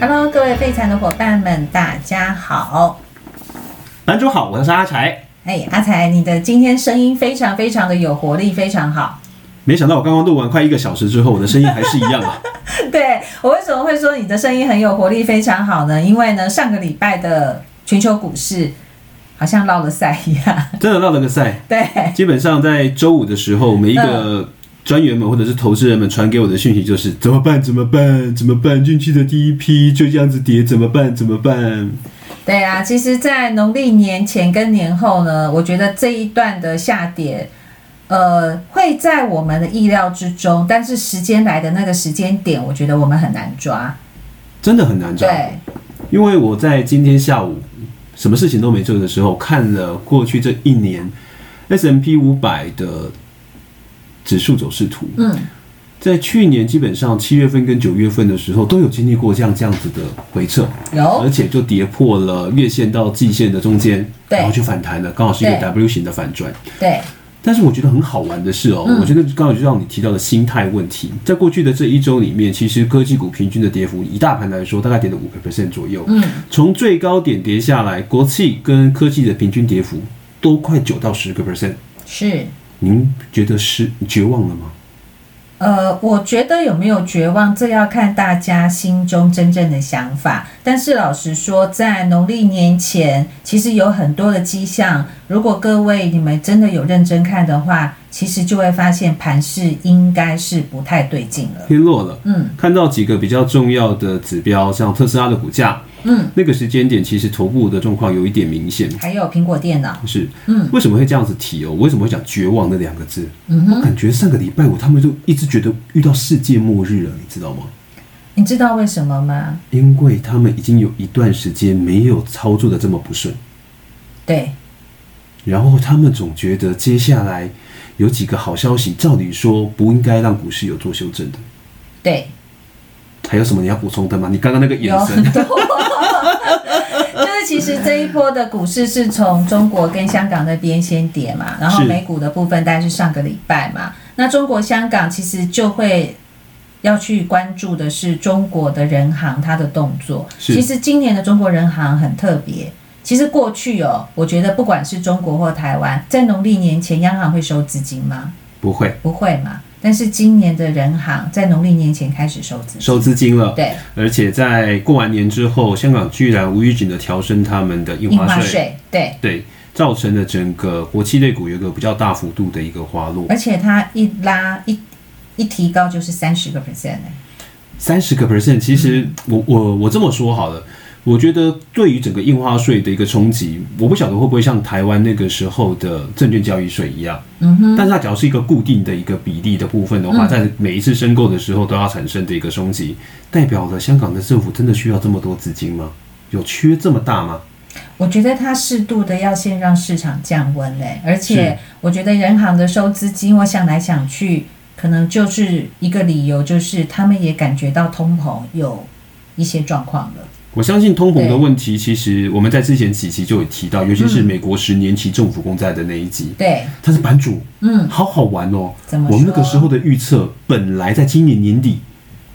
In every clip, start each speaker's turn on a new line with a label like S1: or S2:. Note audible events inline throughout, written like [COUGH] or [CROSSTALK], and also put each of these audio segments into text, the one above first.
S1: Hello，各位废柴的伙伴们，大家好。
S2: 男主好，我是阿柴。
S1: 哎，阿才，你的今天声音非常非常的有活力，非常好。 [LAUGHS]
S2: 没想到我刚刚录完快一个小时之后，我的声音还是一样啊。 [LAUGHS]
S1: 对我为什么会说你的声音很有活力，非常好呢？因为呢，上个礼拜的全球股市好像落了赛一样。
S2: 真的绕了个赛。
S1: [LAUGHS] 对，
S2: 基本上在周五的时候，每一个专员们或者是投资人们传给我的讯息就是怎么办？怎么办？怎么办？运气的第一批就这样子跌，怎么办？怎么办？
S1: 对啊，其实，在农历年前跟年后呢，我觉得这一段的下跌，呃，会在我们的意料之中，但是时间来的那个时间点，我觉得我们很难抓。
S2: 真的很难找。
S1: 对，
S2: 因为我在今天下午什么事情都没做的时候，看了过去这一年 S M P 五百的指数走势图。
S1: 嗯，
S2: 在去年基本上七月份跟九月份的时候，都有经历过像这样子的回撤，而
S1: 有，
S2: 且就跌破了月线到季线的中间，
S1: 对
S2: 然后就反弹了，刚好是一个
S1: 对
S2: W 型的反转。
S1: 对，
S2: 但是我觉得很好玩的是哦，
S1: 嗯
S2: 我觉得刚好就像你提到的心态问题，在过去的这一周里面，其实科技股平均的跌幅，以大盘来说，大概跌了五个 percent 左右，
S1: 嗯，
S2: 从最高点跌下来，国企跟科技的平均跌幅都快九到十个 percent。
S1: 是。
S2: 您觉得是绝望了吗？
S1: 嗯呃，我觉得有没有绝望，这要看大家心中真正的想法。但是老实说，在农历年前，其实有很多的迹象。如果各位你们真的有认真看的话，其实就会发现盘势应该是不太对劲了。
S2: 偏弱了。
S1: 嗯
S2: 看到几个比较重要的指标，像特斯拉的股价，
S1: 嗯，
S2: 那个时间点其实头部的状况有一点明显。
S1: 还有苹果电脑，
S2: 是，
S1: 嗯
S2: 为什么会这样子提哦？为什么会讲绝望那两个字？
S1: 嗯
S2: 我
S1: 哼，
S2: 感觉上个礼拜五他们就一直觉得遇到世界末日了，你知道吗？
S1: 你知道为什么吗？
S2: 因为他们已经有一段时间没有操作的这么不顺，
S1: 对，
S2: 然后他们总觉得接下来有几个好消息，照理说不应该让股市有做修正的。
S1: 对，
S2: 还有什么你要补充的吗？你刚刚那个眼
S1: 有很
S2: [LAUGHS] 神，
S1: 多。就是其实这一波的股市是从中国跟香港那边先跌嘛，然后
S2: 是
S1: 美股的部分大概是上个礼拜嘛。那中国香港其实就会要去关注的是中国的人行它的动作。
S2: 是
S1: 其实今年的中国人行很特别。其实过去哦，我觉得不管是中国或台湾，在农历年前央行会收资金吗？
S2: 不会
S1: 不会嘛。但是今年的人行在农历年前开始收资金，
S2: 收资金了。
S1: 对，
S2: 而且在过完年之后，香港居然无预警的调升他们的印
S1: 印
S2: 花
S1: 花
S2: 税，
S1: 税，对。
S2: 对，造成了整个国企类股有一个比较大幅度的一个滑落，
S1: 而且它一拉一一提高就是三十个 percent
S2: 三十个 percent。其实
S1: 嗯
S2: 我我我这么说好了。我觉得对于整个印花税的一个冲击，我不晓得会不会像台湾那个时候的证券交易税一样，
S1: 嗯哼，
S2: 但是它只要是一个固定的一个比例的部分的
S1: 嗯
S2: 话，在每一次申购的时候都要产生的一个冲击，代表了香港的政府真的需要这么多资金吗？有缺这么大吗？
S1: 我觉得它适度的要先让市场降温嘞，而且我觉得人行的收资金，我想来想去，可能就是一个理由，就是他们也感觉到通膨有一些状况了。
S2: 我相信通膨的问题，其实我们在之前几期就有提
S1: 嗯
S2: 到，尤其是美国十年期政府公债的那一集，
S1: 对，
S2: 它是版主，
S1: 嗯，
S2: 好好玩哦。
S1: 怎么说
S2: 我们那个时候的预测，本来在今年年底，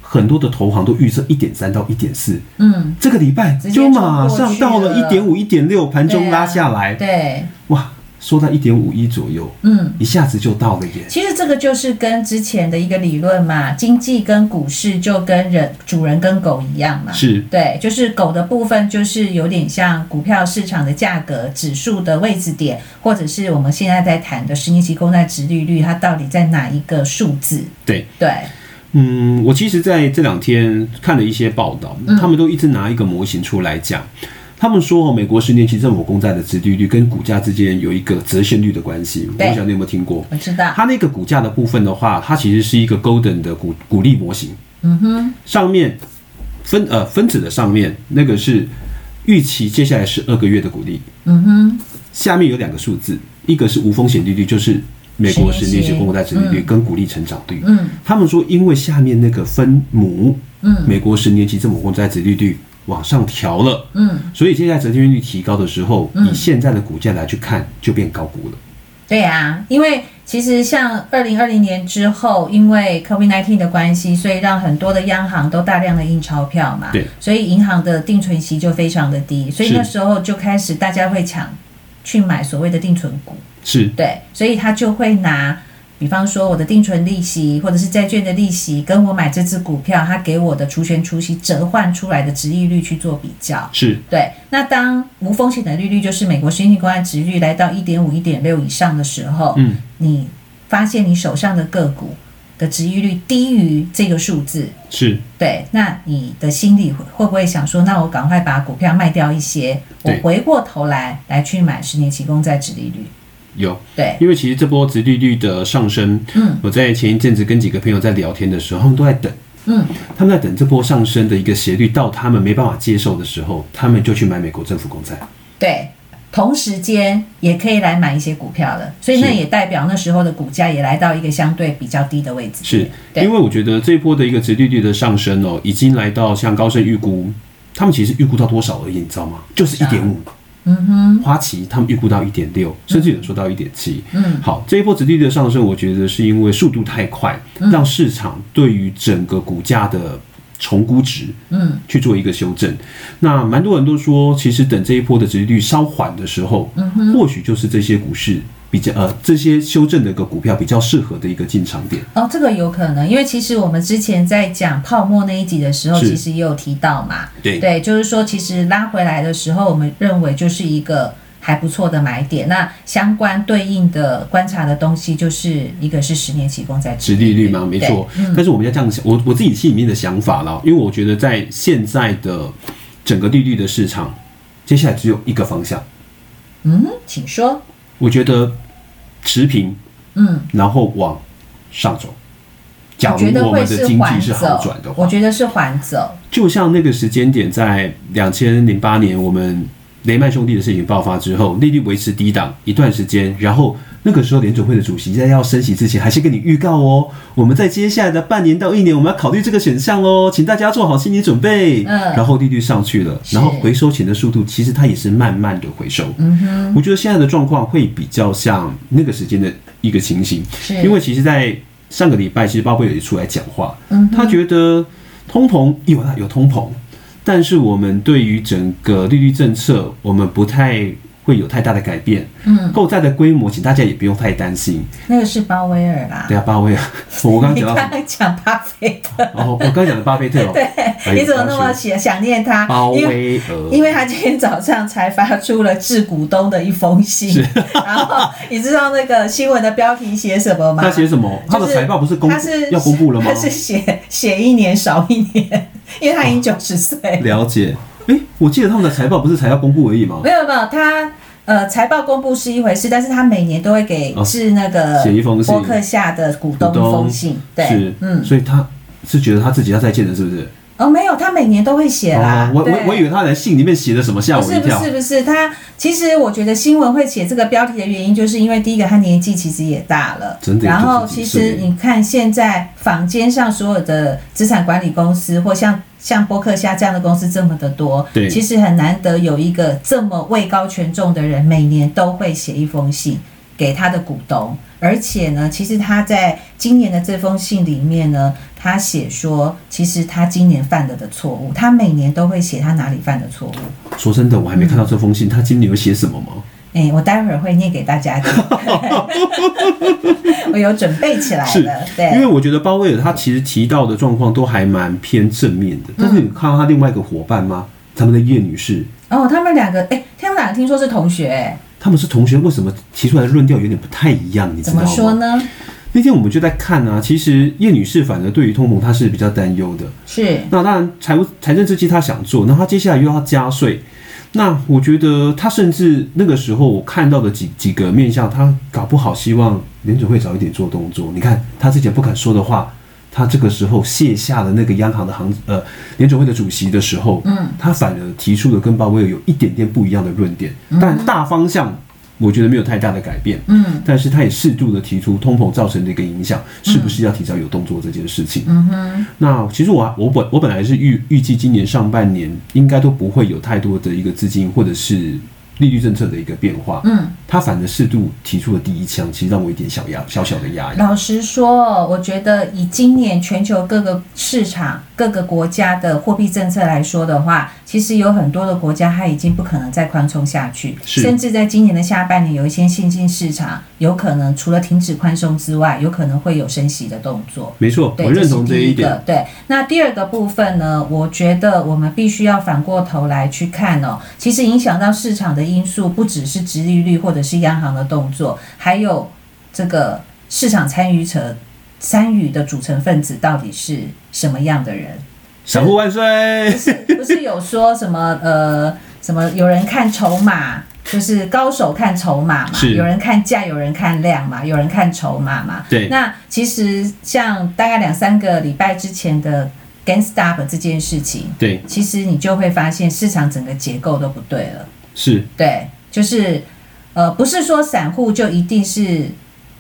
S2: 很多的投行都预测一点三到一点四，
S1: 嗯，
S2: 这个礼拜
S1: 直接
S2: 就马
S1: 冲过
S2: 上
S1: 去
S2: 到
S1: 了
S2: 了一点五、一点六，盘中
S1: 对啊
S2: 拉下来，
S1: 对，
S2: 哇，缩到一点五一左右，
S1: 嗯。
S2: 一下子就到了耶。
S1: 其实这个就是跟之前的一个理论嘛，经济跟股市就跟人主人跟狗一样嘛，
S2: 是
S1: 对，就是狗的部分，就是有点像股票市场的价格指数的位置点，或者是我们现在在谈的十年期公债值利率，它到底在哪一个数字？
S2: 对，
S1: 对，
S2: 嗯，我其实在这两天看了一些报道，他们都一直拿一个模型出来讲。他们说，哦，美国十年期政府公债的殖利率跟股价之间有一个折现率的关系。我
S1: 对
S2: 不晓得你有没有听过？
S1: 我知道。
S2: 它那个股价的部分的话，它其实是一个 Golden 的股股利模型，
S1: 嗯哼，
S2: 上面分呃分子的上面那个是预期接下来十二个月的股利，
S1: 嗯哼，
S2: 下面有两个数字，一个是无风险利率，就是美国
S1: 十
S2: 十
S1: 年
S2: 年
S1: 期
S2: 期公债殖利率
S1: 嗯
S2: 跟股利成长率。
S1: 嗯
S2: 他们说，因为下面那个分母，
S1: 嗯
S2: 美国十年期政府公债殖利率往上调了，
S1: 嗯，
S2: 所以接下来折现率提高的时候，
S1: 嗯
S2: 以现在的股价来去看，就变高估了。
S1: 对啊，因为其实像二零二零年之后，因为 COVID-19 的关系，所以让很多的央行都大量的印钞票嘛，
S2: 对，
S1: 所以银行的定存息就非常的低，所以
S2: 是
S1: 那时候就开始大家会抢去买所谓的定存股，
S2: 是
S1: 对，所以他就会拿，比方说我的定存利息或者是债券的利息，跟我买这只股票，他给我的除权除息折换出来的值利率去做比较。
S2: 是
S1: 对，那当无风险的利率，就是美国新型公债值率来到一点五、一点六以上的时候，
S2: 嗯，
S1: 你发现你手上的个股的值利率低于这个数字，
S2: 是
S1: 对，那你的心里会会不会想说，那我赶快把股票卖掉一些，我
S2: 对
S1: 回过头来来去买十年期公债值利率？
S2: 有，
S1: 对，
S2: 因为其实这波殖利率的上升，
S1: 嗯
S2: 我在前一阵子跟几个朋友在聊天的时候，他们都在等，
S1: 嗯，
S2: 他们在等这波上升的一个斜率到他们没办法接受的时候，他们就去买美国政府公债。
S1: 对，同时间也可以来买一些股票了，所以那
S2: 是
S1: 也代表那时候的股价也来到一个相对比较低的位置。
S2: 是
S1: 对
S2: 因为我觉得这一波的一个殖利率的上升哦，已经来到像高盛预估，他们其实预估到多少而已，你知道吗？就是
S1: 是
S2: 一
S1: 啊
S2: 点五。嗯哼，花旗他们预估到一点六，甚至有人说到一点七。
S1: 嗯，
S2: 好，这一波殖利率的上升，我觉得是因为速度太快，
S1: 嗯
S2: 让市场对于整个股价的重估值
S1: 嗯，
S2: 去做一个修正。那蛮多人都说，其实等这一波的殖利率稍缓的时候，
S1: 嗯
S2: 或许就是这些股市比较呃这些修正的一个股票比较适合的一个进场点。
S1: 哦，这个有可能，因为其实我们之前在讲泡沫那一集的时候，
S2: 是
S1: 其实也有提到嘛，
S2: 对
S1: 对，就是说其实拉回来的时候，我们认为就是一个。还不错的买点，那相关对应的观察的东西，就是一个是十年期公债
S2: 殖利率嘛，没错。
S1: 嗯
S2: 但是我们要这样想，我我自己心里面的想法啦，因为我觉得在现在的整个利率的市场，接下来只有一个方向，
S1: 嗯，请说，
S2: 我觉得持平，
S1: 嗯，
S2: 然后往上走。假
S1: 我
S2: 如
S1: 觉得
S2: 我
S1: 会
S2: 们的
S1: 是
S2: 经济
S1: 缓
S2: 是好转的
S1: 走，
S2: 话，
S1: 我觉得是缓走，
S2: 就像那个时间点，在两千零八年，我们雷曼兄弟的事情爆发之后，利率维持低档一段时间，然后那个时候联准会的主席在要升息之前，还是跟你预告哦，我们在接下来的半年到一年，我们要考虑这个选项哦，请大家做好心理准备。
S1: 嗯
S2: 然后利率上去了，
S1: 是
S2: 然后回收钱的速度其实它也是慢慢的回收。
S1: 嗯哼，
S2: 我觉得现在的状况会比较像那个时间的一个情形，
S1: 是
S2: 因为其实，在上个礼拜，其实鲍贝尔也出来讲话，
S1: 嗯
S2: 他觉得通膨有啦，有通膨，但是我们对于整个利率政策，我们不太会有太大的改变。
S1: 嗯，
S2: 购债的规模，请大家也不用太担心。
S1: 那个是鲍威尔啦
S2: 对，啊，鲍威尔，我刚刚
S1: [LAUGHS] 你
S2: 讲
S1: 刚
S2: 到什么？
S1: 刚讲巴菲特，
S2: 哦，我刚刚讲的巴菲
S1: [LAUGHS]
S2: 特哦，哎
S1: 你怎么那么
S2: 我刚刚说
S1: 想想念他？
S2: 鲍
S1: 因为
S2: 威尔？
S1: 因为他今天早上才发出了致股东的一封信，然后你知道那个新闻的标题写什么吗？
S2: 他写什么？他的
S1: 就是
S2: 财报不是公
S1: 他是
S2: 要公布了吗
S1: 他？是写写一年少一年，因为他已经九十岁了。
S2: 了解。诶，我记得他们的财报不是才要公布而已吗？
S1: 没有没有，他呃财报公布是一回事，但是他每年都会给
S2: 哦
S1: 致那个
S2: 写一封信
S1: 博客下的股东一封信，对
S2: 是，，
S1: 嗯，
S2: 所以他是觉得他自己要再见了，是不是？
S1: 哦没有，他每年都会写啦
S2: 哦，，我我
S1: 对
S2: 我以为他在信里面写的什么，吓
S1: 不
S2: 我
S1: 哦是
S2: 一
S1: 不
S2: 跳。
S1: 是不是，他其实我觉得新闻会写这个标题的原因，就是因为第一个他年纪其实也大了，
S2: 真的也
S1: 然后
S2: 90几
S1: 其
S2: 岁
S1: 实你看现在坊间上所有的资产管理公司，或像像波克夏这样的公司这么的多，
S2: 对
S1: 其实很难得有一个这么位高权重的人，每年都会写一封信给他的股东。而且呢，其实他在今年的这封信里面呢，他写说，其实他今年犯了的错误，他每年都会写他哪里犯的错误。
S2: 说真的，我还没看到这封信，他今年有写什么吗？
S1: 哎、我待会儿会念给大家
S2: [LAUGHS]
S1: 听，我有准备起来了。
S2: 因为
S1: 对，
S2: 我觉得鲍威尔他其实提到的状况都还蛮偏正面
S1: 嗯
S2: 的，但是你看到他另外一个伙伴吗？他们的叶女士，
S1: 哦，他们两个，哎、他们两个听说是同学、哎，
S2: 他们是同学，为什么提出来的论调有点不太一样？你知
S1: 怎
S2: 道
S1: 么
S2: 吗？
S1: 说呢？
S2: 那天我们就在看啊，其实叶女士反而对于通膨她是比较担忧的，
S1: 是，
S2: 那当然，财务财政刺激他想做，那他接下来又要加税。那我觉得他甚至那个时候我看到的几几个面向，他搞不好希望联准会早一点做动作。你看他之前不敢说的话，他这个时候卸下了那个央行的行呃联准会的主席的时候，
S1: 嗯，
S2: 他反而提出了跟鲍威尔有一点点不一样的论点，但大方向我觉得没有太大的改变。
S1: 嗯
S2: 但是他也适度的提出通膨造成的一个影响，是不是要提早有动作这件事情？
S1: 嗯哼，
S2: 那其实我我本我本来是预预计今年上半年应该都不会有太多的一个资金或者是利率政策的一个变化，
S1: 嗯，
S2: 他反而适度提出了第一枪，其实让我有一点小压小小的压抑。
S1: 老实说，我觉得以今年全球各个市场、各个国家的货币政策来说的话，其实有很多的国家它已经不可能再宽松下去，
S2: 是
S1: 甚至在今年的下半年，有一些新兴市场有可能除了停止宽松之外，有可能会有升息的动作。
S2: 没错，
S1: 对
S2: 我认同
S1: 这
S2: 这
S1: 是第
S2: 一
S1: 个
S2: 点。。
S1: 对，那第二个部分呢，我觉得我们必须要反过头来去看哦。其实影响到市场的因素不只是殖利率或者是央行的动作，还有这个市场参与者参与的组成分子到底是什么样的人？
S2: 散
S1: [LAUGHS]
S2: 户万岁！
S1: 不是不是有说什么呃什么有人看筹码，就是高手看筹码嘛，
S2: 是
S1: 有人看价，有人看量嘛，有人看筹码嘛。
S2: 对
S1: 那其实像大概两三个礼拜之前的 GameStop 这件事情，
S2: 对，
S1: 其实你就会发现市场整个结构都不对了。
S2: 是
S1: 对，就是呃，不是说散户就一定是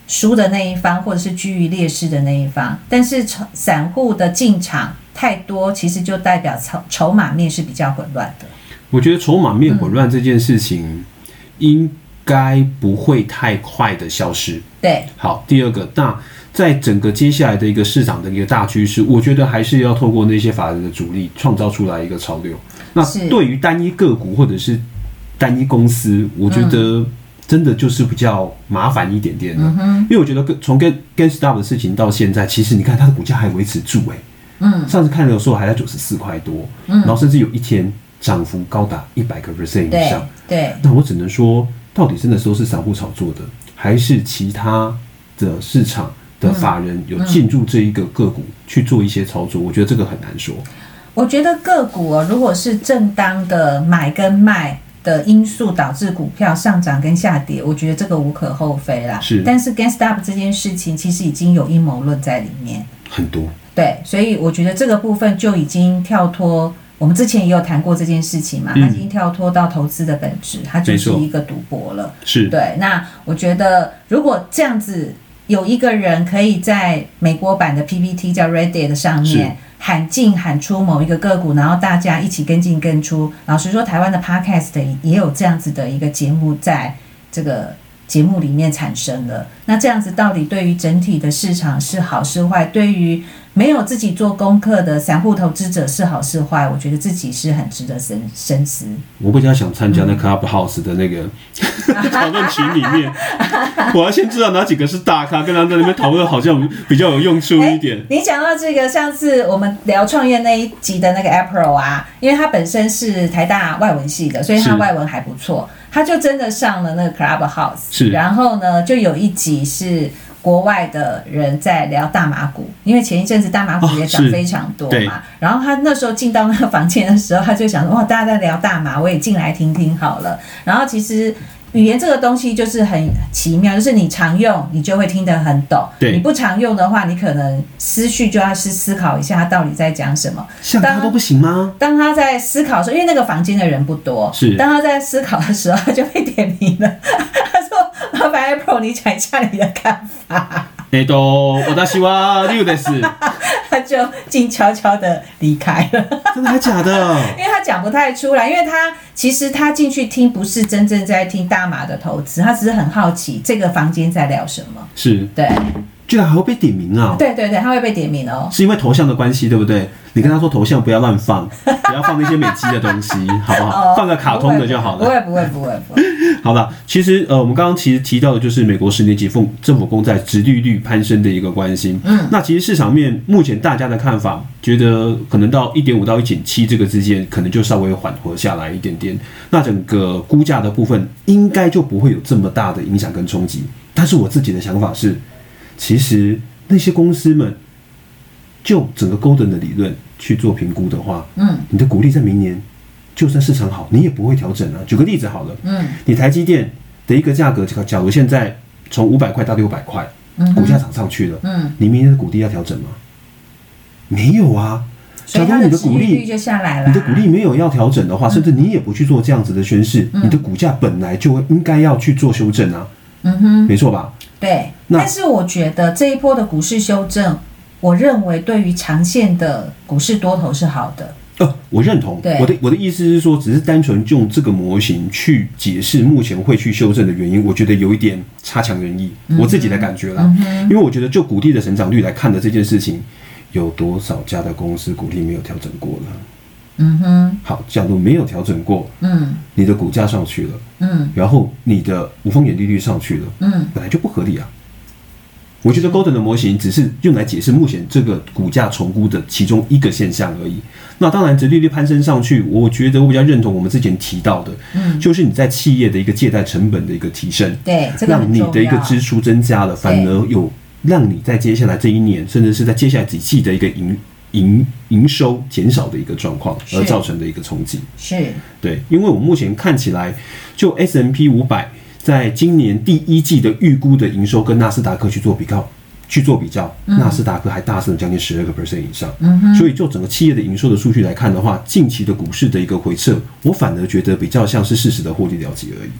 S1: 输的那一方，或者是居于劣势的那一方，但是从散户的进场太多，其实就代表筹筹码面是比较混乱的。
S2: 我觉得筹码面混乱这件事情，应该不会太快的消失。
S1: 对，
S2: 好，第二个，那在整个接下来的一个市场的一个大趋势，我觉得还是要透过那些法人的主力创造出来一个潮流。那
S1: 是
S2: 对于单一个股或者是单一公司，我觉得
S1: 嗯
S2: 真的就是比较麻烦一点点的，因为我觉得跟从跟跟 Stop 的事情到现在，其实你看它的股价还维持住、欸，
S1: 嗯，
S2: 上次看的时候还在九十四块多，
S1: 嗯
S2: 然后甚至有一天涨幅高达一百个 percent 以
S1: 对
S2: 上。
S1: 对，
S2: 那我只能说，到底真的都是散户炒作的，还是其他的市场的法人有进入这一个个股去做一些操作？我觉得这个很难说。
S1: 我觉得个股哦，如果是正当的买跟卖。的因素导致股票上涨跟下跌，我觉得这个无可厚非啦。
S2: 是
S1: 但是 GameStop 这件事情其实已经有阴谋论在里面。
S2: 很多
S1: 对，所以我觉得这个部分就已经跳脱。我们之前也有谈过这件事情嘛，它
S2: 嗯
S1: 已经跳脱到投资的本质，它就
S2: 没
S1: 是
S2: 错
S1: 一个赌博了。
S2: 是
S1: 对，那我觉得如果这样子，有一个人可以在美国版的 PPT 叫 Reddit 上
S2: 是
S1: 面喊进喊出某一个个股，然后大家一起跟进跟出。老实说，台湾的 Podcast 也有这样子的一个节目在这个。节目里面产生了，那这样子到底对于整体的市场是好是坏？对于没有自己做功课的散户投资者是好是坏？我觉得自己是很值得深深思。
S2: 我比较想参加那 Clubhouse 的那个讨论群里面，我要先知道哪几个是大咖，跟他在那边讨论，好像比较有用处一点。
S1: 哎你讲到这个，上次我们聊创业那一集的那个 April 啊，因为他本身是台大外文系的，所以
S2: 是
S1: 他外文还不错，他就真的上了那个 Clubhouse。
S2: 是
S1: 然后呢，就有一集是国外的人在聊大麻股，因为前一阵子大麻股也涨
S2: 哦是
S1: 非常多
S2: 对
S1: 嘛。然后他那时候进到那个房间的时候，他就想说：“哇，大家在聊大麻，我也进来听听好了。”然后其实。语言这个东西就是很奇妙，就是你常用，你就会听得很懂；
S2: 对
S1: 你不常用的话，你可能思绪就要去思考一下他到底在讲什么。
S2: 像他都不行吗？
S1: 当他在思考的时候，因为那个房间的人不多，
S2: 是
S1: 当他在思考的时候，他就被点名了。他说：“麻烦 April，你讲一下你的看法。
S2: 那都我大西瓜六的是，”
S1: 他就静悄悄的离开了。
S2: [LAUGHS] 真的还假的？
S1: [LAUGHS] 因为他讲不太出来，因为他其实他进去听不是真正在听大马的投资，他只是很好奇这个房间在聊什么。
S2: 是，
S1: 对，
S2: 居然还会被点名啊！
S1: 对对对，他会被点名哦。
S2: 是因为头像的关系，对不对？你跟他说头像不要乱放，不要放那些美肌的东西，好不好？
S1: 哦，
S2: 放个卡通的就好
S1: 不
S2: 了。
S1: 会不会不会不会，
S2: 好了，其实呃，我们刚刚其实提到的就是美国十年期政政府公债殖利率攀升的一个关心。嗯，那其实市场面目前大家的看法，觉得可能到一点五到一点七这个之间，可能就稍微缓和下来一点点。那整个估价的部分，应该就不会有这么大的影响跟冲击。但是我自己的想法是，其实那些公司们就整个 Golden 的理论去做评估的话， [LAUGHS]
S1: 嗯
S2: 你的股利在明年就算市场好，你也不会调整啊。举个例子好了，
S1: 嗯
S2: 你台积电的一个价格，假假如现在从五百块到六百块，
S1: 嗯
S2: 股
S1: 哼
S2: 价涨上去了，
S1: 嗯，
S2: 你明年的股利要调整吗？没有啊。
S1: 所以
S2: 假如
S1: 他
S2: 你
S1: 的
S2: 的
S1: 殖
S2: 股
S1: 利率
S2: 利，
S1: 就下来了。嗯
S2: 你的股利没有要调整的话，甚至你也不去做这样子的宣示，你的股价本来就应该要去做修正啊，
S1: 嗯哼。
S2: 没错吧？
S1: 对，
S2: 那
S1: 但是我觉得这一波的股市修正，我认为对于长线的股市多头是好的，
S2: 呃，我认同
S1: 对。
S2: 我的我的意思是说，只是单纯用这个模型去解释目前会去修正的原因，我觉得有一点差强人意。我自己的感觉啦，因为我觉得就股利的成长率来看的这件事情，有多少家的公司股利没有调整过了？
S1: 嗯哼，
S2: 好，假如没有调整过，
S1: 嗯
S2: 你的股价上去了，
S1: 嗯
S2: 然后你的无风险利率上去了，
S1: 嗯
S2: 本来就不合理啊。我觉得 Golden 的模型只是用来解释目前这个股价重估的其中一个现象而已。那当然，殖利率攀升上去，我觉得我比较认同我们之前提到的，
S1: 嗯，
S2: 就是你在企业的一个借贷成本的一个提升，
S1: 对，这个
S2: 让
S1: 很
S2: 你
S1: 重
S2: 的一个
S1: 要
S2: 支出增加了，反而有让你在接下来这一年，甚至是在接下来几季的一个营营营收减少的一个状况，而
S1: 是
S2: 造成的一个冲击。
S1: 是
S2: 对，因为我目前看起来，就 S M P 五百在今年第一季的预估的营收跟纳斯达克去做比较，去做比较，纳斯达克还大升了将近十二个 percent 以上。
S1: 嗯哼，
S2: 所以就整个企业的营收的数据来看的话，近期的股市的一个回撤，我反而觉得比较像是事实的获利了结而已。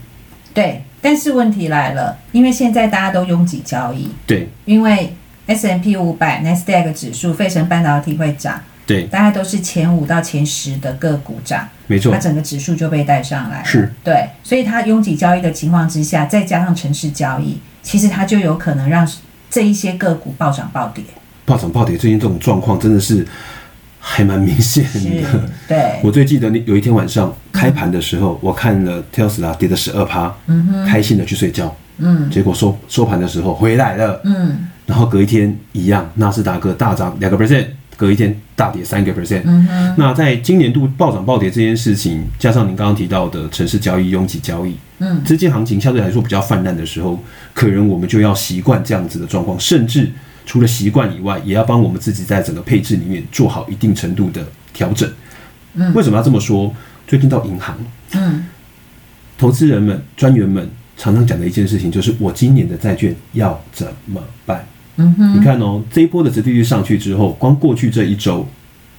S1: 对。但是问题来了，因为现在大家都拥挤交易，
S2: 对
S1: 因为 S M P 五百、n a s d a q 指数、费城半导体会涨，
S2: 对，
S1: 大概都是前五到前十的个股涨，
S2: 没错
S1: 它，整个指数就被带上来了。
S2: 是，
S1: 对，所以它拥挤交易的情况之下，再加上城市交易，其实它就有可能让这一些个股暴涨暴跌。
S2: 暴涨暴跌最近这种状况真的是还蛮明显
S1: 是
S2: 的。，
S1: 对，
S2: 我最记得你有一天晚上开盘的时候，我看了 Tesla 跌了十二趴，
S1: 嗯哼，
S2: 开心的去睡觉，
S1: 嗯
S2: 结果收收盘的时候回来了，
S1: 嗯
S2: 然后隔一天一样，纳斯达克大涨两个 percent，隔一天大跌三个 percent。
S1: 嗯哼，
S2: 那在今年度暴涨暴跌这件事情，加上您刚刚提到的城市交易、拥挤交易，
S1: 嗯
S2: 资金行情相对来说比较泛滥的时候，可能我们就要习惯这样子的状况，甚至除了习惯以外，也要帮我们自己在整个配置里面做好一定程度的调整。
S1: 嗯
S2: 为什么要这么说？最近到银行，
S1: 嗯，
S2: 投资人们、专员们常常讲的一件事情，就是我今年的债券要怎么办？
S1: 嗯
S2: 你
S1: 哼，
S2: 看哦，这一波的殖利率上去之后，光过去这一周，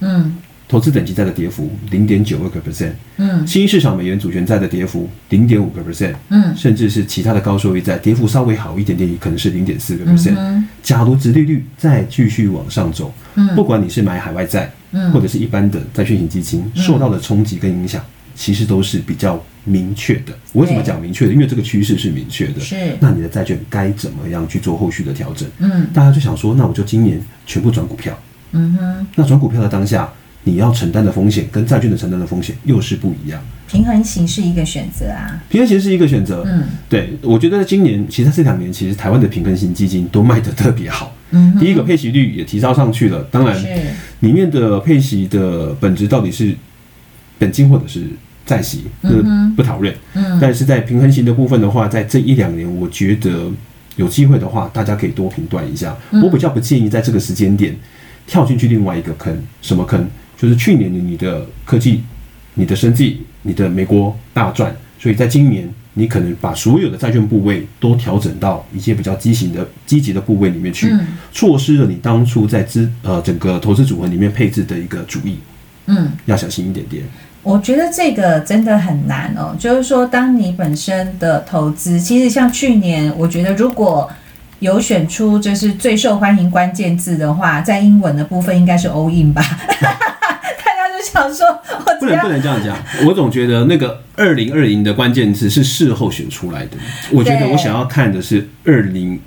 S1: 嗯
S2: 投资等级债的跌幅零点九二个 percent，
S1: 嗯
S2: 新兴市场美元主权债的跌幅零点五个 percent，
S1: 嗯
S2: 甚至是其他的高收益债跌幅稍微好一点点，可能是零点四个
S1: 嗯
S2: percent。
S1: 哼
S2: 假如殖利率再继续往上走，不
S1: 嗯
S2: 管你是买海外债，
S1: 嗯
S2: 或者是一般的债券型基金，受到的冲击跟影响，其实都是比较明确的。我为什么讲明确的？因为这个趋势是明确的。
S1: 是
S2: 那你的债券该怎么样去做后续的调整？
S1: 嗯
S2: 大家就想说，那我就今年全部转股票。
S1: 嗯哼，
S2: 那转股票的当下，你要承担的风险跟债券的承担的风险又是不一样。
S1: 平衡型是一个选择啊，
S2: 平衡型是一个选择，
S1: 嗯
S2: 对我觉得今年其实这两年，其实台湾的平衡型基金都卖得特别好。
S1: 嗯哼，
S2: 第一个配息率也提高上去了，当然
S1: 是
S2: 里面的配息的本质到底是本金或者是债息，那
S1: 嗯哼
S2: 不讨论。
S1: 嗯
S2: 但是在平衡型的部分的话，在这一两年，我觉得有机会的话，大家可以多评断一下。
S1: 嗯
S2: 我比较不建议在这个时间点跳进去另外一个坑，什么坑？就是去年的你的科技、你的生计、你的美国大赚，所以在今年你可能把所有的债券部位都调整到一些比较畸形的、积极的部位里面去
S1: 嗯，
S2: 错失了你当初在资呃整个投资组合里面配置的一个主意，
S1: 嗯。
S2: 要小心一点点。
S1: 我觉得这个真的很难哦，就是说，当你本身的投资，其实像去年，我觉得如果有选出就是最受欢迎关键字的话，在英文的部分应该是 all in 吧， [LAUGHS] 大家就想说，我
S2: [LAUGHS] 不
S1: 只
S2: 能
S1: 要
S2: 不能这样讲，我总觉得那个二零二零的关键词是事后选出来的。我觉得
S1: 对
S2: 我想要看的是二零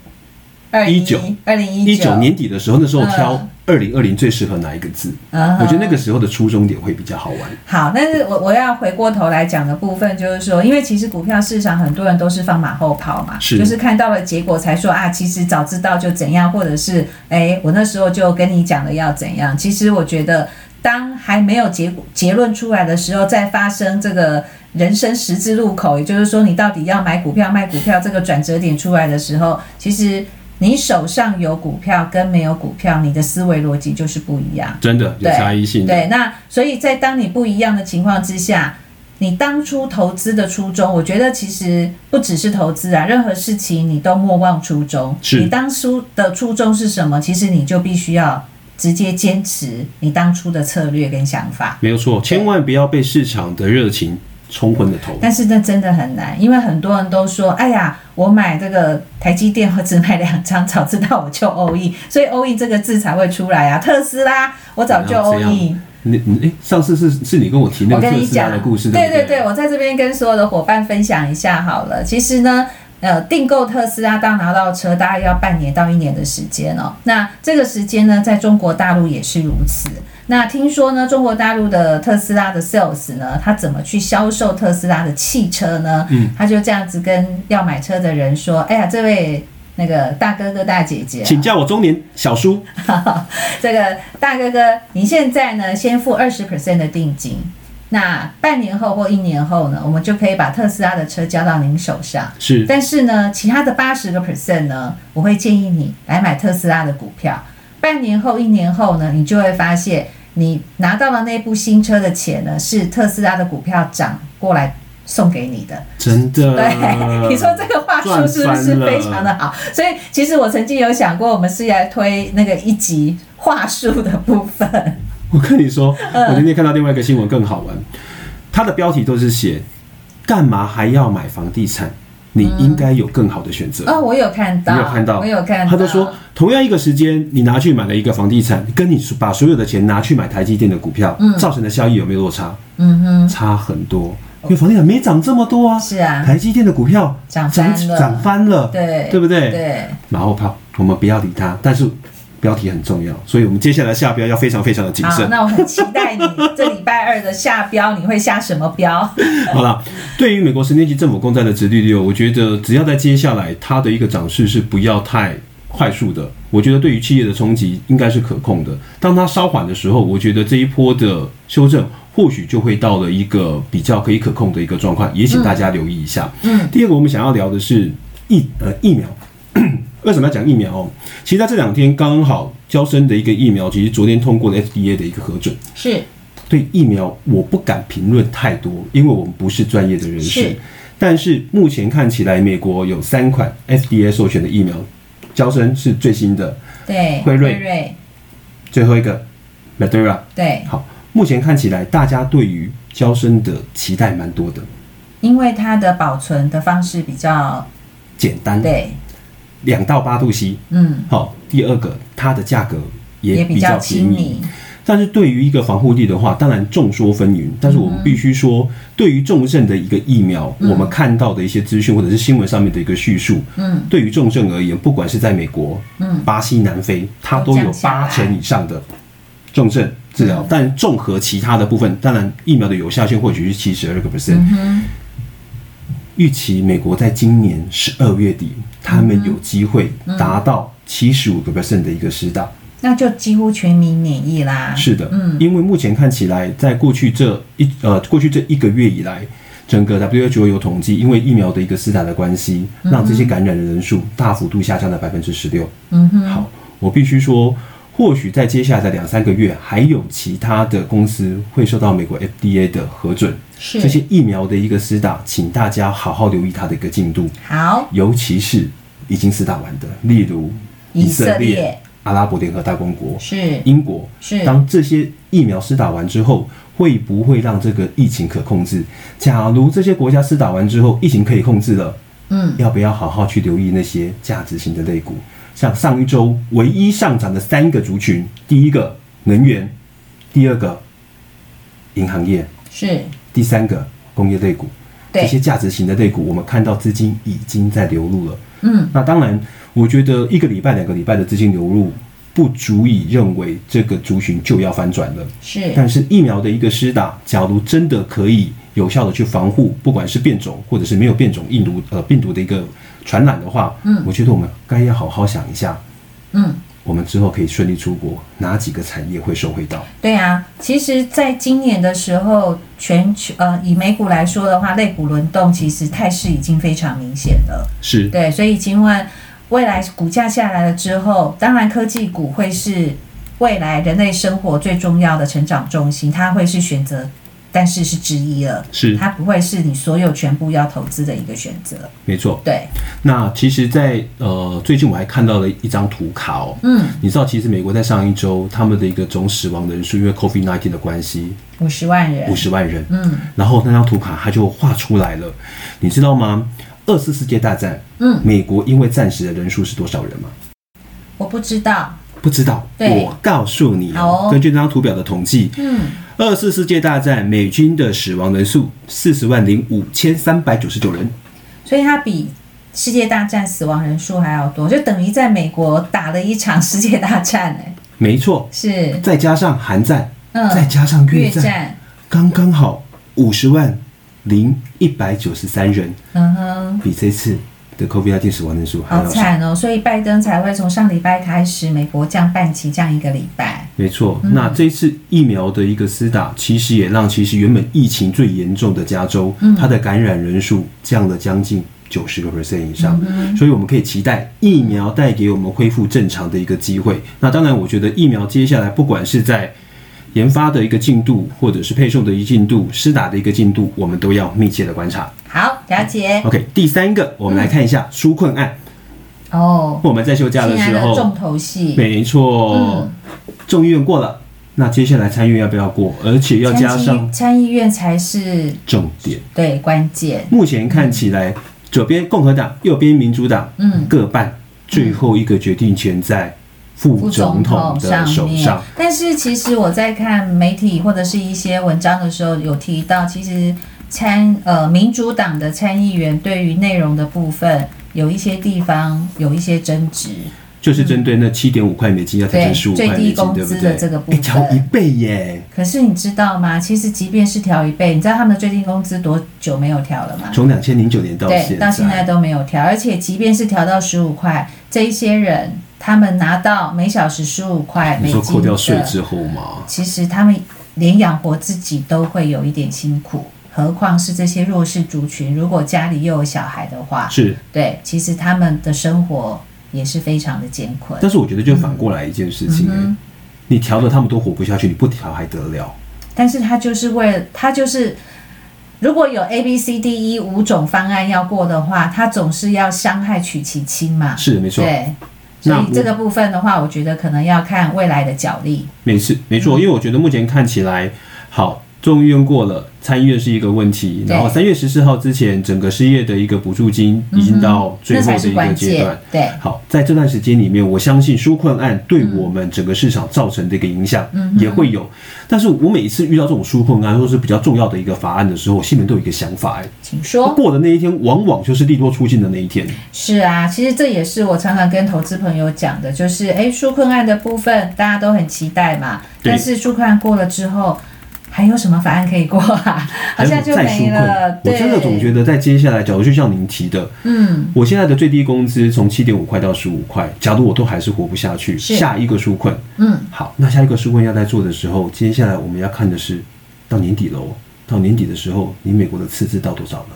S1: 二
S2: 19
S1: 二零
S2: 一
S1: 一
S2: 九，年底的时候，那时候挑
S1: 嗯
S2: 二零二零最适合哪一个字？
S1: 嗯哼
S2: 我觉得那个时候的初衷点会比较好玩。
S1: 好，但是我我要回过头来讲的部分，就是说，因为其实股票市场很多人都是放马后炮嘛，
S2: 是
S1: 就是看到了结果才说啊，其实早知道就怎样，或者是哎，我那时候就跟你讲了要怎样。其实我觉得，当还没有结果结论出来的时候，再发生这个人生十字路口，也就是说，你到底要买股票、卖股票这个转折点出来的时候，其实你手上有股票跟没有股票，你的思维逻辑就是不一样。
S2: 真的有
S1: 对
S2: 差异性的，
S1: 对，那所以在当你不一样的情况之下，你当初投资的初衷，我觉得其实不只是投资啊，任何事情你都莫忘初衷。
S2: 是
S1: 你当初的初衷是什么？其实你就必须要直接坚持你当初的策略跟想法。
S2: 没有错。千万不要被市场的热情冲昏了头。
S1: 但是那真的很难，因为很多人都说：“哎呀，我买这个台积电，我只买两张，早知道我就 all in。”所以 all in 这个字才会出来啊。特斯拉，我早就
S2: 哪有
S1: all
S2: 这样
S1: in。
S2: 你你哎，上次是是你跟我提那
S1: 我
S2: 个
S1: 跟
S2: 特
S1: 你
S2: 斯拉
S1: 讲
S2: 的故事，
S1: 对
S2: 不对
S1: 对，我在这边跟所有的伙伴分享一下好了。其实呢，呃，订购特斯拉到拿到车，大概要半年到一年的时间哦。那这个时间呢，在中国大陆也是如此。那听说呢，中国大陆的特斯拉的 sales 呢，他怎么去销售特斯拉的汽车呢？
S2: 嗯，
S1: 他就这样子跟要买车的人说：“哎呀，这位那个大哥哥大姐姐啊、
S2: 请叫我中年小叔。
S1: [LAUGHS] 这个大哥哥，你现在呢先付二十 percent 的定金，那半年后或一年后呢，我们就可以把特斯拉的车交到您手上。
S2: 是，
S1: 但是呢，其他的八十个 percent 呢，我会建议你来买特斯拉的股票。半年后、一年后呢，你就会发现，你拿到了那部新车的钱呢，是特斯拉的股票涨过来送给你的。
S2: 真
S1: [LAUGHS]
S2: 的。
S1: 对，你说这个话术是不是非常的好？所以其实我曾经有想过，我们是来推那个一级话术的部分。
S2: [LAUGHS] 我跟你说，
S1: 嗯
S2: 我今天看到另外一个新闻更好玩，它的标题都是写“干嘛还要买房地产？你应该有更好的选择。
S1: [LAUGHS] 哦，我有看到，
S2: 你有看到
S1: 我有看到。
S2: 他都说，同样一个时间，你拿去买了一个房地产，跟你把所有的钱拿去买台积电的股票，造成的效益有没有落差？
S1: 嗯哼， [LAUGHS]
S2: 差很多，因为房地产没涨这么多啊。
S1: 是啊，
S2: 台积电的股票
S1: 涨翻了
S2: 涨翻了，
S1: 对，
S2: 对不对？
S1: 对，
S2: 马后炮，我们不要理它，但是标题很重要，所以我们接下来下标要非常非常的谨
S1: 好，
S2: 慎。
S1: 那我很期待你 [LAUGHS] 这礼拜二的下标，你会下什么标？
S2: [LAUGHS] 好了，对于美国十年期政府公债的殖利率哦，我觉得只要在接下来它的一个涨势是不要太快速的，我觉得对于企业的冲击应该是可控的。当它稍缓的时候，我觉得这一波的修正或许就会到了一个比较可以可控的一个状况，也请大家留意一下。
S1: 嗯，
S2: 第二个我们想要聊的是疫呃疫苗。 [COUGHS] 为什么要讲疫苗 [COUGHS] 哦？其实在这两天刚好交生的一个疫苗，其实昨天通过了 FDA 的一个核准。
S1: [LAUGHS] 是
S2: 对疫苗，我不敢评论太多，因为我们不是专业的人士。
S1: 是
S2: 但是目前看起来，美国有三款 FDA 授权的疫苗，交生是最新的，
S1: 对，
S2: 辉瑞
S1: 瑞，
S2: 最后一个 Moderna。
S1: 对，
S2: 好，目前看起来大家对于交生的期待蛮多的，
S1: 因为它的保存的方式比较
S2: 简单，
S1: 对，
S2: 两到八度 C。
S1: 嗯，
S2: 好，第二个它的价格也
S1: 也
S2: 比
S1: 比
S2: 较
S1: 较
S2: 便
S1: 亲
S2: 宜。
S1: 民，
S2: 但是对于一个防护力的话，当然众说纷纭。但是
S1: 嗯
S2: 我们必须说，对于重症的一个疫苗，我们看到的一些资讯或者是新闻上面的一个叙述，
S1: 嗯
S2: 对于重症而言，不管是在美国、
S1: 嗯，
S2: 巴西、南非，它都有八成以上的重症
S1: 嗯
S2: 治疗。但综合其他的部分，当然疫苗的有效性或许是七十二个 percent。
S1: 嗯哼，
S2: 预期美国在今年十二月底，他
S1: 嗯
S2: 们有机会达到七十五个 percent 的一个施打。
S1: 那就几乎全民免疫啦。
S2: 是的，
S1: 嗯，
S2: 因为目前看起来，在过去这一呃过去这一个月以来，整个 WHO 有统计，因为疫苗的一个施打的关系，让这些感染的人数大幅度下降了百分之十六。
S1: 嗯哼，
S2: 好，我必须说，或许在接下来的两三个月，还有其他的公司会受到美国 FDA 的核准，
S1: 是
S2: 这些疫苗的一个施打，请大家好好留意它的一个进度，
S1: 好，
S2: 尤其是已经施打完的，例如
S1: 以
S2: 以
S1: 色
S2: 色
S1: 列
S2: 列、阿拉伯联合大公国、
S1: 是
S2: 英国。
S1: 是，
S2: 当这些疫苗施打完之后，会不会让这个疫情可控制？假如这些国家施打完之后，疫情可以控制了，
S1: 嗯，
S2: 要不要好好去留意那些价值型的类股？像上一周唯一上涨的三个族群，第一个能源，第二个银行业，
S1: 是
S2: 第三个工业类股。
S1: 对
S2: 这些价值型的类股，我们看到资金已经在流入了。
S1: 嗯，
S2: 那当然，我觉得一个礼拜、两个礼拜的资金流入，不足以认为这个族群就要翻转了。
S1: 是
S2: 但是疫苗的一个施打，假如真的可以有效的去防护，不管是变种或者是没有变种病毒呃病毒的一个传染的话，
S1: 嗯
S2: 我觉得我们该要好好想一下，
S1: 嗯。
S2: 我们之后可以顺利出国，哪几个产业会受惠到？
S1: 对啊，其实，在今年的时候，全球呃，以美股来说的话，类股轮动其实态势已经非常明显了。
S2: 是
S1: 对，所以今晚未来股价下来了之后，当然科技股会是未来人类生活最重要的成长重心，它会是选择，但是是之一了，
S2: 是
S1: 它不会是你所有全部要投资的一个选择。
S2: 没错。
S1: 对，
S2: 那其实在，呃最近我还看到了一张图卡哦。
S1: 嗯，
S2: 你知道，其实美国在上一周他们的一个总死亡人数，因为 COVID-19 的关系，
S1: 五十万人
S2: 五，十万人。
S1: 嗯
S2: 然后那张图卡它就画出来了，你知道吗？二次世界大战，
S1: 嗯，
S2: 美国因为战时的人数是多少人吗？
S1: 我不知道，
S2: 不知道，
S1: 对
S2: 我告诉你
S1: 好
S2: 哦
S1: 哦。
S2: 根据这张图表的统计，
S1: 嗯，
S2: 二次世界大战美军的死亡人数四十万零五千三百九十九人，
S1: 所以它比世界大战死亡人数还要多，就等于在美国打了一场世界大战、哎，
S2: 没错，
S1: 是，
S2: 再加上韩战，再
S1: 嗯，
S2: 加上越
S1: 越
S2: 战，
S1: 战，
S2: 刚刚好五十万零一百九十三人，
S1: 嗯哼。
S2: 比这次的 COVID-19 死亡人数还
S1: 好
S2: 要少。
S1: 惨哦！所以拜登才会从上礼拜开始，美国降半旗，降一个礼拜。
S2: 没错，那这次疫苗的一个施打，其实也让其实原本疫情最严重的加州，它的感染人数降了将近九十个 percent 以上，所以我们可以期待疫苗带给我们恢复正常的一个机会。那当然，我觉得疫苗接下来不管是在研发的一个进度，或者是配送的一个进度、施打的一个进度，我们都要密切的观察。
S1: 好，了解
S2: OK，第三个，我们来看一下纾困案。
S1: 哦。
S2: 我们在休假的
S1: 现在
S2: 时
S1: 的
S2: 候，
S1: 重头戏，
S2: 没错，众议院过了，那接下来参议院要不要过？而且要加
S1: 参议
S2: 上
S1: 参议院才是
S2: 重点。
S1: 对关键。
S2: 目前看起来，左边共和党，右边民主党，
S1: 嗯，
S2: 各半，最后一个决定权在副
S1: 副
S2: 总
S1: 总
S2: 统
S1: 统
S2: 的
S1: 上
S2: 手
S1: 面
S2: 上。。
S1: 但是其实我在看媒体或者是一些文章的时候，有提到，其实参呃民主党的参议员对于内容的部分，有一些地方有一些争执。
S2: 就是针对那七点五块美金要调成
S1: 对
S2: 十五
S1: 最
S2: 块
S1: 低
S2: 美金，
S1: 工
S2: 对不
S1: 资
S2: 对
S1: 的这个？部
S2: 哎，调
S1: 分
S2: 一倍耶！
S1: 可是你知道吗？其实即便是调一倍，你知道他们的最低工资多久没有调了吗？
S2: 从两千零九年到
S1: 对，
S2: 现
S1: 到现在
S2: 在，
S1: 都没有调，而且即便是调到十五块，这一些人他们拿到每小时十五块美
S2: 你
S1: 金的，
S2: 说扣掉税之后嘛，
S1: 其实他们连养活自己都会有一点辛苦，何况是这些弱势族群，如果家里又有小孩的话，
S2: 是
S1: 对，其实他们的生活也是非常的艰困。
S2: 但是我觉得就反过来一件事情、哎
S1: 嗯
S2: 你调了他们都活不下去，你不调还得了？
S1: 但是他就是为了他就是，如果有 A、B、C、D、E 五种方案要过的话，他总是要伤害取其轻嘛。
S2: 是没错，
S1: 对，所
S2: 那
S1: 以
S2: 我
S1: 这个部分的话，我觉得可能要看未来的角力。
S2: 没事没错，
S1: 嗯
S2: 因为我觉得目前看起来，好，众议院过了，参议院是一个问题，
S1: 对
S2: 然后三月十四号之前，整个失业的一个补助金已经到
S1: 嗯
S2: 最
S1: 那
S2: 后
S1: 才
S2: 的
S1: 是
S2: 一个
S1: 关
S2: 阶
S1: 键
S2: 段。。
S1: 对，
S2: 好，在这段时间里面，我相信纾困案对我们整个市场造成的一个影响
S1: 嗯
S2: 也会有。但是我每一次遇到这种纾困案或是比较重要的一个法案的时候，我心里面都有一个想法、哎，
S1: 请说。
S2: 过的那一天往往就是利多出尽的那一天。
S1: 是啊，其实这也是我常常跟投资朋友讲的，就是诶，纾困案的部分大家都很期待嘛，
S2: 对
S1: 但是纾困案过了之后，还有什么法案可以过
S2: [LAUGHS]
S1: 啊？好
S2: 还有
S1: 像就
S2: 再纾
S1: 没了
S2: 困。，我
S1: 对，
S2: 真的总觉得在接下来，假如就像您提的，
S1: 嗯，
S2: 我现在的最低工资从七点五块到十五块，假如我都还是活不下去，
S1: 是
S2: 下一个纾困，
S1: 嗯，
S2: 好，那下一个纾困要在做的时候，接下来我们要看的是到年底喽，到年底的时候，你美国的赤字到多少呢？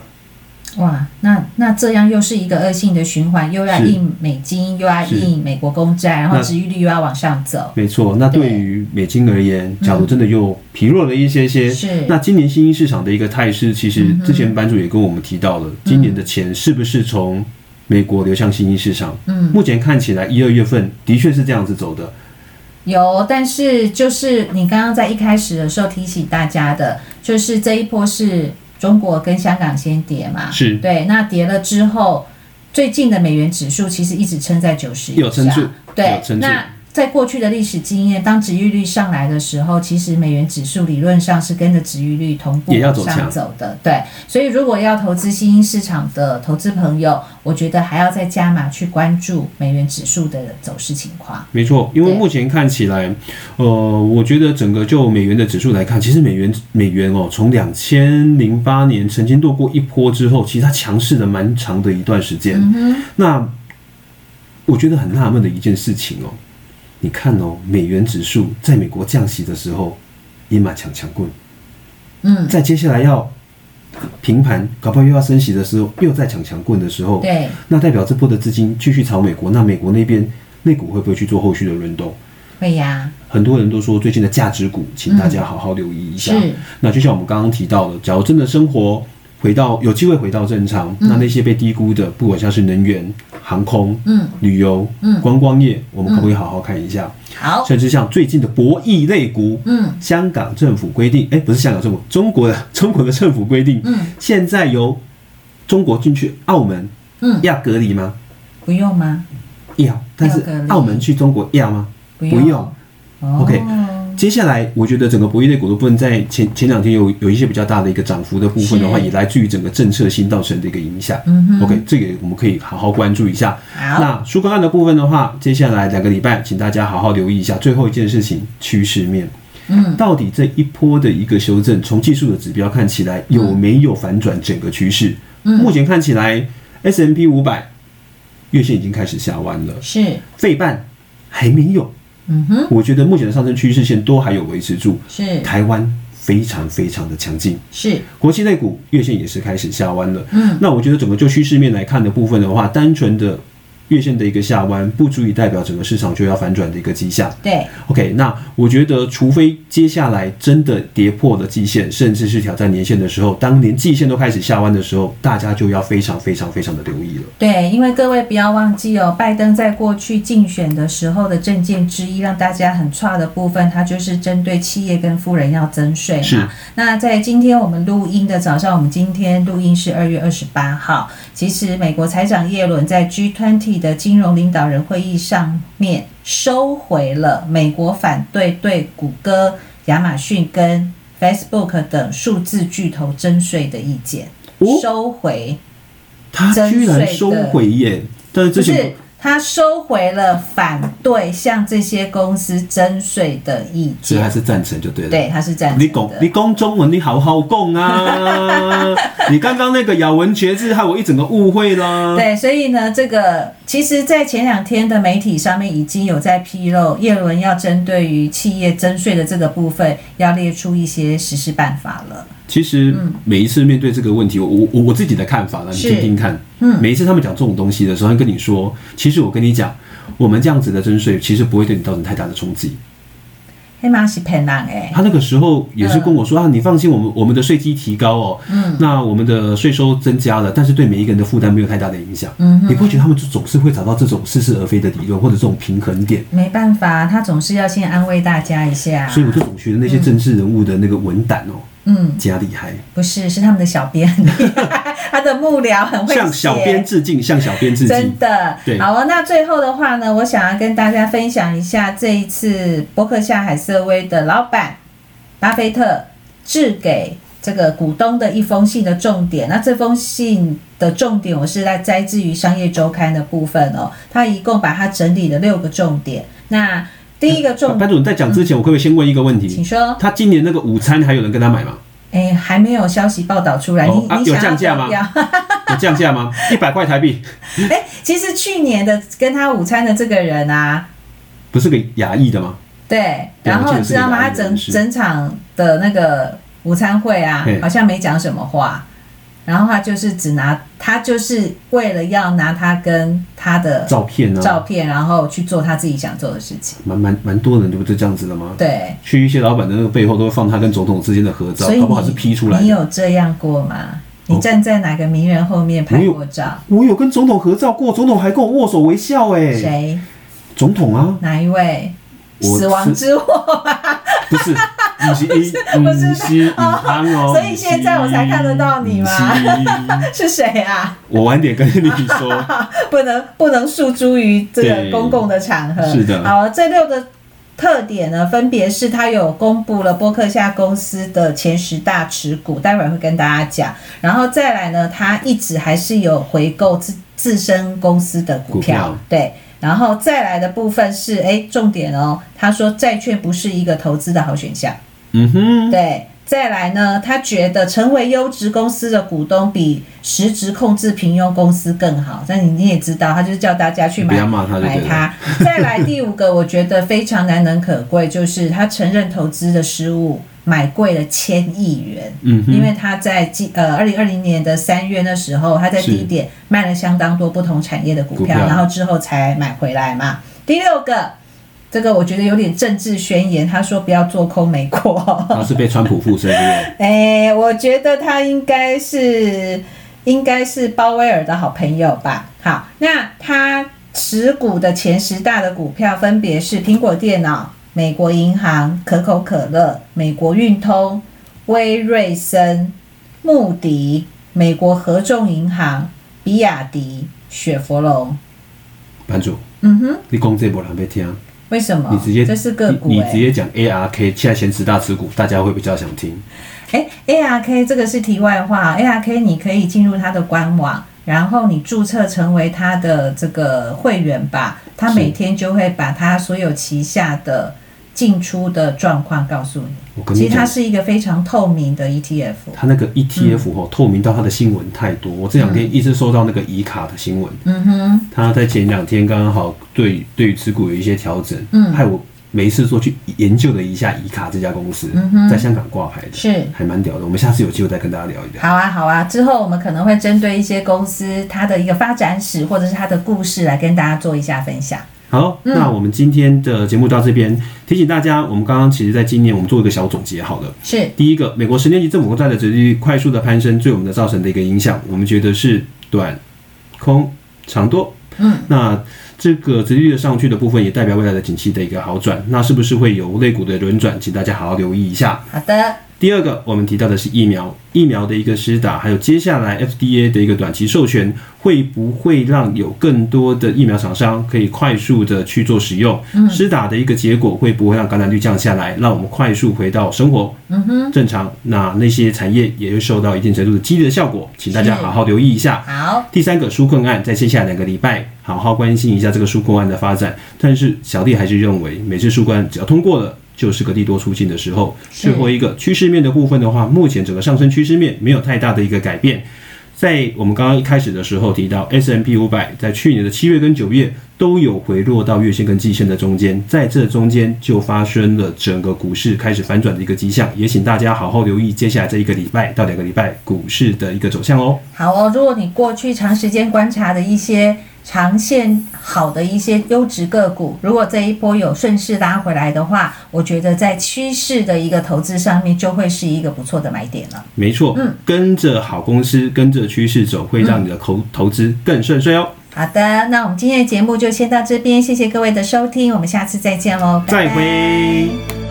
S1: 哇，那那这样又是一个恶性的循环，又要
S2: 是
S1: 印美金，又要
S2: 是
S1: 印美国公债，然后
S2: 那
S1: 殖利率又要往上走。
S2: 没错，那对于美金而言，假如真的又疲弱了一些些，
S1: 嗯是嗯
S2: 那今年新兴市场的一个态势，其实之前版主也跟我们提到了，今年的钱是不是从美国流向新兴市场？
S1: 嗯
S2: 目前看起来一二月份的确是这样子走的，
S1: 有，但是就是你刚刚在一开始的时候提醒大家的，就是这一波是中国跟香港先跌嘛，
S2: 是
S1: 对，那跌了之后，最近的美元指数其实一直撑在九十以
S2: 有撑住
S1: 上，对
S2: 有，撑住
S1: 那。在过去的历史经验，当值利率上来的时候，其实美元指数理论上是跟着值利率同步
S2: 也要走
S1: 往上
S2: 强
S1: 走的。对，所以如果要投资新兴市场的投资朋友，我觉得还要再加码去关注美元指数的走势情况。
S2: 没错。因为
S1: 对
S2: 目前看起来，呃，我觉得整个就美元的指数来看，其实美元美元哦，从两千零八年曾经度过一波之后，其实它强势了蛮长的一段时间。
S1: 嗯哼。
S2: 那我觉得很纳闷的一件事情哦，你看哦，美元指数在美国降息的时候，也蛮强强棍，
S1: 嗯，
S2: 在接下来要平盘，搞不好又要升息的时候，又在强强棍的时候，
S1: 对，
S2: 那代表这波的资金继续朝美国，那美国那边内股会不会去做后续的轮动？
S1: 会呀，
S2: 很多人都说最近的价值股，请大家好好留意一下。
S1: 是
S2: 那就像我们刚刚提到的，假如真的生活回到有机会回到正常，那那些被低估的，不管像是能源、航空、
S1: 嗯、
S2: 旅游、
S1: 嗯
S2: 观光业，我们可不可以好好看一下？
S1: 好，
S2: 甚至像最近的博弈类股，
S1: 嗯
S2: 香港政府规定，哎，不是香港政府，中国的中国的政府规定，
S1: 嗯
S2: 现在由中国进去澳门
S1: 嗯，
S2: 要隔离吗？
S1: 不用吗？
S2: 要，但是
S1: 要隔离
S2: 澳门去中国要吗？
S1: 不
S2: 不用。
S1: 哦
S2: OK 接下来，我觉得整个博弈类股都不能在前前两天有有一些比较大的一个涨幅的部分的话，
S1: 是
S2: 也来自于整个政策新造成的一个影响。
S1: 嗯哼
S2: OK，这个我们可以好好关注一下。
S1: 好，
S2: 那纾困案的部分的话，接下来两个礼拜，请大家好好留意一下。最后一件事情，趋势面
S1: 嗯，
S2: 到底这一波的一个修正，从技术的指标看起来有没有反转整个趋势？
S1: 嗯
S2: 目前看起来，S M P 五百月线已经开始下弯了，
S1: 是，
S2: 费半还没有。
S1: 嗯哼，
S2: 我觉得目前的上升趋势线都还有维持住。
S1: 是
S2: 台湾非常非常的强劲，
S1: 是，
S2: 国际类股月线也是开始下弯了。
S1: 嗯，
S2: 那我觉得整个就趋势面来看的部分的话，单纯的月线的一个下弯，不足以代表整个市场就要反转的一个迹象。
S1: 对，
S2: OK，那我觉得，除非接下来真的跌破了季线，甚至是挑战年线的时候，当连季线都开始下弯的时候，大家就要非常非常非常的留意了。
S1: 对，因为各位不要忘记哦，拜登在过去竞选的时候的政见之一，让大家很差的部分，他就是针对企业跟富人要增税
S2: 是
S1: 嘛。那在今天我们录音的早上，我们今天录音是二月二十八号。其实美国财长耶伦在 G20 的金融领导人会议上面收回了美国反对对谷歌、亚马逊跟 Facebook 等数字巨头征税的意见，
S2: 哦
S1: 收回。
S2: 他居然收回耶！但是
S1: 不
S2: 之
S1: 是
S2: 前，
S1: 他收回了反对向这些公司征税的意
S2: 所以还
S1: 见。
S2: 是赞成就对了。
S1: 对，他是赞
S2: 你
S1: 成
S2: 讲
S1: 的。
S2: 你讲中文，你好好讲
S1: [LAUGHS]
S2: 啊！你刚刚那个咬文嚼字，害我一整个误会啦。
S1: 对，所以呢，这个其实，在前两天的媒体上面已经有在披露，叶伦要针对于企业征税的这个部分，要列出一些实施办法了。
S2: 其实每一次面对这个问题，我我我自己的看法呢，你
S1: 嗯是
S2: 听听看。
S1: 嗯
S2: 每一次他们讲这种东西的时候，他跟你说，其实我跟你讲，我们这样子的征税其实不会对你造成太大的冲击。
S1: 黑马是骗人哎，
S2: 他那个时候也是跟我说、啊，你放心，我们我们的税基提高哦，
S1: 嗯，
S2: 那我们的税收增加了，但是对每一个人的负担没有太大的影响。
S1: 嗯哼
S2: 你不觉得他们就总是会找到这种似是而非的理论或者这种平衡点？
S1: 没办法，他总是要先安慰大家一
S2: [LAUGHS]
S1: 下。
S2: 所以我就总觉得那些政治人物的那个文胆哦，
S1: 嗯，
S2: 加厉害，
S1: 不是，是他们的小编， [LAUGHS] 他的幕僚很会
S2: 向小
S1: 写
S2: 编致敬，向小编致敬
S1: 真。的，
S2: 对
S1: 好哦。那最后的话呢，我想要跟大家分享一下这一次伯克夏海瑟薇的老板巴菲特致给这个股东的一封信的重点。那这封信的重点，我是在摘自于《商业周刊》的部分哦。他一共把它整理了六个重点。那第一个重
S2: 班主，你在讲之前，我可不可以先问一个
S1: [LAUGHS]
S2: 问
S1: 请
S2: 题？
S1: 说，
S2: 他今年那个午餐还有人跟他买吗？
S1: 哎，还没有消息报道出来，
S2: 哦
S1: 你、
S2: 啊
S1: 你
S2: 有
S1: 想要
S2: 降价
S1: 怎么
S2: 吗
S1: 样 [LAUGHS]
S2: 有降价吗？一百块台币，
S1: 哎，其实去年的跟他午餐的这个人啊，
S2: 不是个亚裔的吗？
S1: 对，
S2: 对
S1: 然
S2: 我
S1: 后你
S2: 记得
S1: 知
S2: 是个
S1: 道吗？
S2: 男
S1: 他
S2: 人
S1: 整
S2: 是
S1: 整场的那个午餐会啊
S2: 嘿，
S1: 好像没讲什么话，然后他就是只拿他就是为了要拿他跟他的
S2: 照片啊呢、
S1: 照片，然后去做他自己想做的事情。
S2: 蛮蛮蛮多人就不就这样子的吗？
S1: 对，
S2: 去一些老板的那个背后都会放他跟总统之间的合照
S1: 所，以
S2: 搞不好是 P
S1: 你
S2: 出来
S1: 你
S2: 的。
S1: 有这样过吗？你
S2: 哦
S1: 站在哪个名人后面
S2: 我
S1: 拍
S2: 有
S1: 过照？
S2: 我有跟总统合照过，总统还跟我握手微笑哎、
S1: 谁？
S2: 总统啊，
S1: 哪一位？
S2: 我
S1: 死亡
S2: 是
S1: 之握。
S2: 不是，不是，
S1: 不
S2: 不
S1: 是
S2: 是
S1: 哦
S2: 汤哦，
S1: 所以现在我才看得到你嘛
S2: 嘛。
S1: [LAUGHS] 是谁啊？
S2: 我晚点跟你说，
S1: [LAUGHS] 不能不能诉诸于这个
S2: 对
S1: 公共的场合。
S2: 是的
S1: 好，这六个特点呢，分别是它有公布了波克夏公司的前十大持股，待会儿会跟大家讲。然后再来呢，它一直还是有回购自自身公司的股票，
S2: 股票
S1: 对。然后再来的部分是，哎，重点哦，他说债券不是一个投资的好选项。
S2: 嗯哼，
S1: 对，再来呢，他觉得成为优质公司的股东比实质控制平庸公司更好。但你你也知道，他就是叫大家去买
S2: 不要骂他就对
S1: 买
S2: 了
S1: 它。
S2: [LAUGHS]
S1: 再来第五个，我觉得非常难能可贵，就是他承认投资的失误。买贵了千亿元，
S2: 嗯
S1: 因
S2: 哼，
S1: 为他在今呃二零二零年的三月那时候，他在
S2: 是
S1: 低点卖了相当多不同产业的股
S2: 股
S1: 票，
S2: 票
S1: 然后之后才买回来嘛。第六个，这个我觉得有点政治宣言，他说不要做空美国。
S2: 他是被川普附身的，
S1: [LAUGHS] 哎、我觉得他应该是应该是鲍威尔的好朋友吧。好，那他持股的前十大的股票分别是苹果电脑、美国银行、可口可乐、美国运通、威瑞森、穆迪、美国合众银行、比亚迪、雪佛龙。
S2: 班主，
S1: 嗯哼，
S2: 你讲这波人被听，
S1: 为什么？
S2: 你直接
S1: 这是个股、
S2: 你，你直
S1: 欸。
S2: 接讲 ARK，现在前十大持股，大家会比较想听。
S1: 哎、a r k 这个是题外话，ARK 你可以进入它的官网，然后你注册成为它的这个会员吧，它
S2: 是
S1: 每天就会把它所有旗下的进出的状况告诉你。
S2: 我跟
S1: 其
S2: 你
S1: 实它
S2: 讲，
S1: 是一个非常透明的 E ETF。
S2: 它那个 ETF 哦，透明到它的新闻太多。我这两天一直收到那个怡卡的新闻，
S1: 嗯哼，
S2: 它在前两天刚刚好对对于持股有一些调整，
S1: 嗯
S2: 害我没事做去研究了一下怡卡这家公司，
S1: 嗯哼
S2: 在香港挂牌的，
S1: 是。
S2: 还蛮屌的。我们下次有机会再跟大家聊一聊。
S1: 好啊，好啊，之后我们可能会针对一些公司它的一个发展史或者是它的故事来跟大家做一下分享。
S2: 好，那我们今天的节目到这边，提醒大家，我们刚刚其实在今年我们做一个小总结，好了。
S1: 是，
S2: 第一个，美国十年期政府公债的殖利率快速的攀升，对我们的造成的一个影响，我们觉得是短、空、长多。
S1: 嗯，
S2: 那这个殖利率的上去的部分，也代表未来的景气的一个好转。那是不是会有类股的轮转？请大家好好留意一下。
S1: 好的，
S2: 第二个，我们提到的是疫苗，疫苗的一个施打，还有接下来 FDA 的一个短期授权，会不会让有更多的疫苗厂商可以快速的去做使用？
S1: 嗯
S2: 施打的一个结果会不会让感染率降下来，让我们快速回到生活
S1: 嗯哼，
S2: 正常？那那些产业也会受到一定程度的激励的效果，请大家
S1: 是
S2: 好好留意一下。
S1: 好，
S2: 第三个纾困案，在接下来两个礼拜，好好关心一下这个纾困案的发展。但是小弟还是认为，每次纾困案只要通过了，就是个利多出尽的时候。
S1: 是
S2: 最后一个趋势面的部分的话，目前整个上升趋势面没有太大的一个改变。在我们刚刚一开始的时候提到，S M P 五百在去年的七月跟九月都有回落到月线跟季线的中间，在这中间就发生了整个股市开始反转的一个迹象，也请大家好好留意接下来这一个礼拜到两个礼拜股市的一个走向哦。
S1: 好哦。如果你过去长时间观察的一些长线好的一些优质个股，如果这一波有顺势拉回来的话，我觉得在趋势的一个投资上面就会是一个不错的买点了。
S2: 没错，
S1: 嗯
S2: 跟着好公司，跟着趋势走，会让你的投投资更顺遂哦。
S1: 好的，那我们今天的节目就先到这边，谢谢各位的收听，我们下次再见喽，拜拜
S2: 再会。